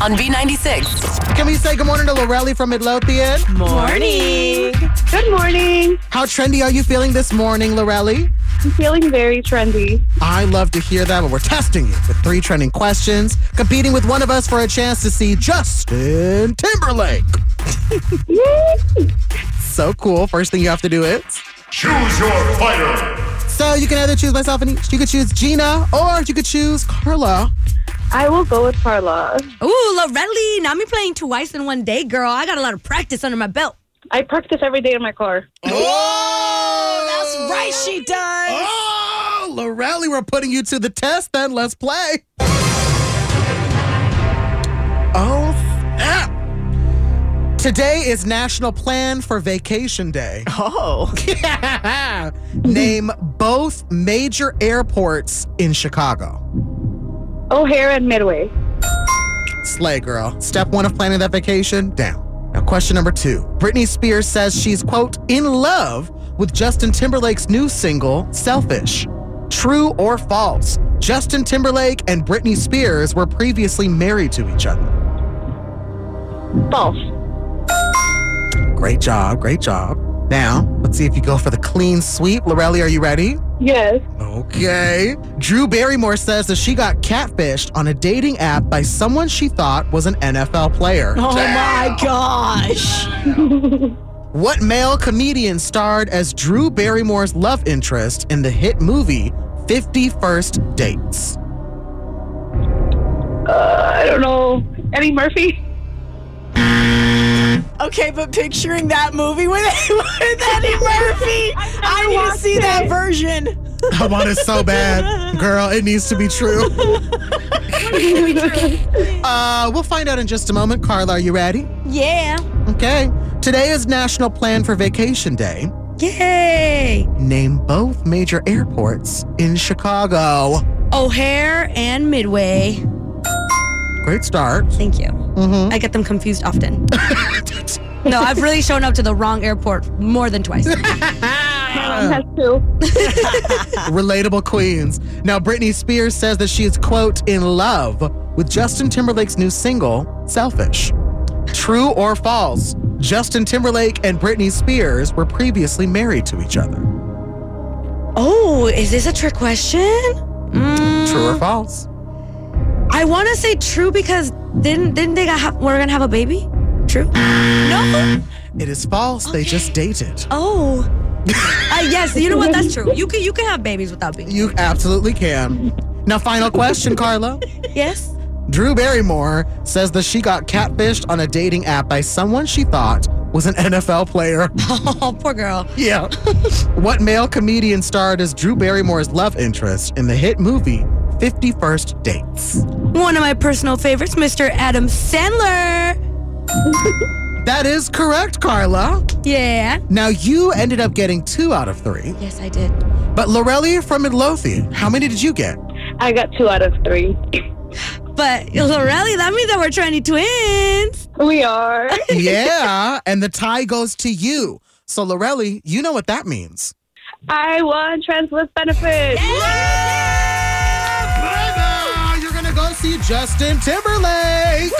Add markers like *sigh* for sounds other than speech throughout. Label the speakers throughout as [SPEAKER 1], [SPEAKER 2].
[SPEAKER 1] on B96.
[SPEAKER 2] Can we say good morning to Lorelli from Midlothian?
[SPEAKER 3] Morning. Good morning.
[SPEAKER 2] How trendy are you feeling this morning, Lorelli?
[SPEAKER 3] I'm feeling very trendy.
[SPEAKER 2] I love to hear that, but we're testing it with three trending questions, competing with one of us for a chance to see Justin Timberlake. *laughs*
[SPEAKER 3] Yay.
[SPEAKER 2] So cool. First thing you have to do is.
[SPEAKER 4] Choose your fighter.
[SPEAKER 2] So you can either choose myself and each. You could choose Gina or you could choose Carla.
[SPEAKER 3] I will go with Carla.
[SPEAKER 5] Ooh, Lorelli, now me playing twice in one day, girl. I got a lot of practice under my belt.
[SPEAKER 3] I practice every day in my car.
[SPEAKER 2] Oh,
[SPEAKER 5] That's right, she does.
[SPEAKER 2] Oh, Lorelli, we're putting you to the test then. Let's play. Oh, snap. Today is National Plan for Vacation Day. *laughs*
[SPEAKER 5] Oh.
[SPEAKER 2] Name both major airports in Chicago.
[SPEAKER 3] O'Hare and Midway.
[SPEAKER 2] Slay girl. Step one of planning that vacation, down. Now, question number two. Britney Spears says she's, quote, in love with Justin Timberlake's new single, Selfish. True or false? Justin Timberlake and Britney Spears were previously married to each other.
[SPEAKER 3] False.
[SPEAKER 2] Great job, great job. Now, let's see if you go for the clean sweep. Lorelli, are you ready?
[SPEAKER 3] Yes.
[SPEAKER 2] Okay. Drew Barrymore says that she got catfished on a dating app by someone she thought was an NFL player.
[SPEAKER 5] Oh my *laughs* gosh.
[SPEAKER 2] What male comedian starred as Drew Barrymore's love interest in the hit movie 51st Dates?
[SPEAKER 3] Uh, I don't know. Eddie Murphy?
[SPEAKER 5] Okay, but picturing that movie with, with Eddie Murphy, *laughs* I want to see that version.
[SPEAKER 2] I want it so bad. Girl, it needs to be true.
[SPEAKER 5] *laughs*
[SPEAKER 2] Uh, we'll find out in just a moment. Carla, are you ready?
[SPEAKER 5] Yeah.
[SPEAKER 2] Okay. Today is National Plan for Vacation Day.
[SPEAKER 5] Yay.
[SPEAKER 2] Name both major airports in Chicago.
[SPEAKER 5] O'Hare and Midway.
[SPEAKER 2] Great start.
[SPEAKER 5] Thank you. I get them confused often. *laughs* no, I've really shown up to the wrong airport more than *laughs* twice.
[SPEAKER 3] Mom has two.
[SPEAKER 2] relatable queens. Now, Britney Spears says that she is, quote, in love with Justin Timberlake's new single, Selfish. True or false, Justin Timberlake and Britney Spears were previously married to each other.
[SPEAKER 5] Oh, is this a trick question? Mm,
[SPEAKER 2] True or false?
[SPEAKER 5] I want to say true because didn't didn't they got, we're gonna have a baby? True? *gasps* No.
[SPEAKER 2] It is false. They just dated.
[SPEAKER 5] Oh. uh, yes. You know what? That's true. You can you can have babies without *laughs* babies.
[SPEAKER 2] You absolutely can. Now, final question, Carla.
[SPEAKER 5] Yes. *laughs*
[SPEAKER 2] Drew Barrymore says that she got catfished on a dating app by someone she thought was an NFL player. *laughs*
[SPEAKER 5] Oh, poor girl.
[SPEAKER 2] Yeah. *laughs* what male comedian starred as Drew Barrymore's love interest in the hit movie 51st Dates?
[SPEAKER 5] One of my personal favorites, Mr. Adam Sandler.
[SPEAKER 2] That is correct, Carla.
[SPEAKER 5] Yeah.
[SPEAKER 2] Now you ended up getting two out of three,
[SPEAKER 5] Yes, I did.
[SPEAKER 2] but Lorelli from Midlothian, how many did you get?
[SPEAKER 3] I got two out of three.
[SPEAKER 5] But Lorelli, that means that we're trying to twins.
[SPEAKER 3] We *laughs* are.
[SPEAKER 2] yeah, and the tie goes to you. So Lorelli, you know what that means.
[SPEAKER 3] I won trans with benefits.
[SPEAKER 2] Bravo! You're gonna go see Justin Timberlake.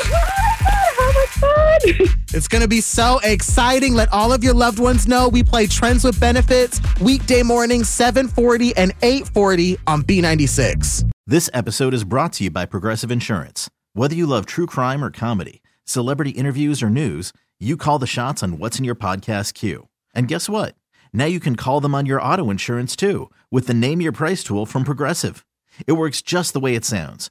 [SPEAKER 3] How much fun.
[SPEAKER 2] It's going to be so exciting. Let all of your loved ones know we play Trends with Benefits weekday mornings 7:40 and 8:40 on B96.
[SPEAKER 6] This episode is brought to you by Progressive Insurance. Whether you love true crime or comedy, celebrity interviews or news, you call the shots on what's in your podcast queue. And guess what? Now you can call them on your auto insurance too with the Name Your Price tool from Progressive. It works just the way it sounds.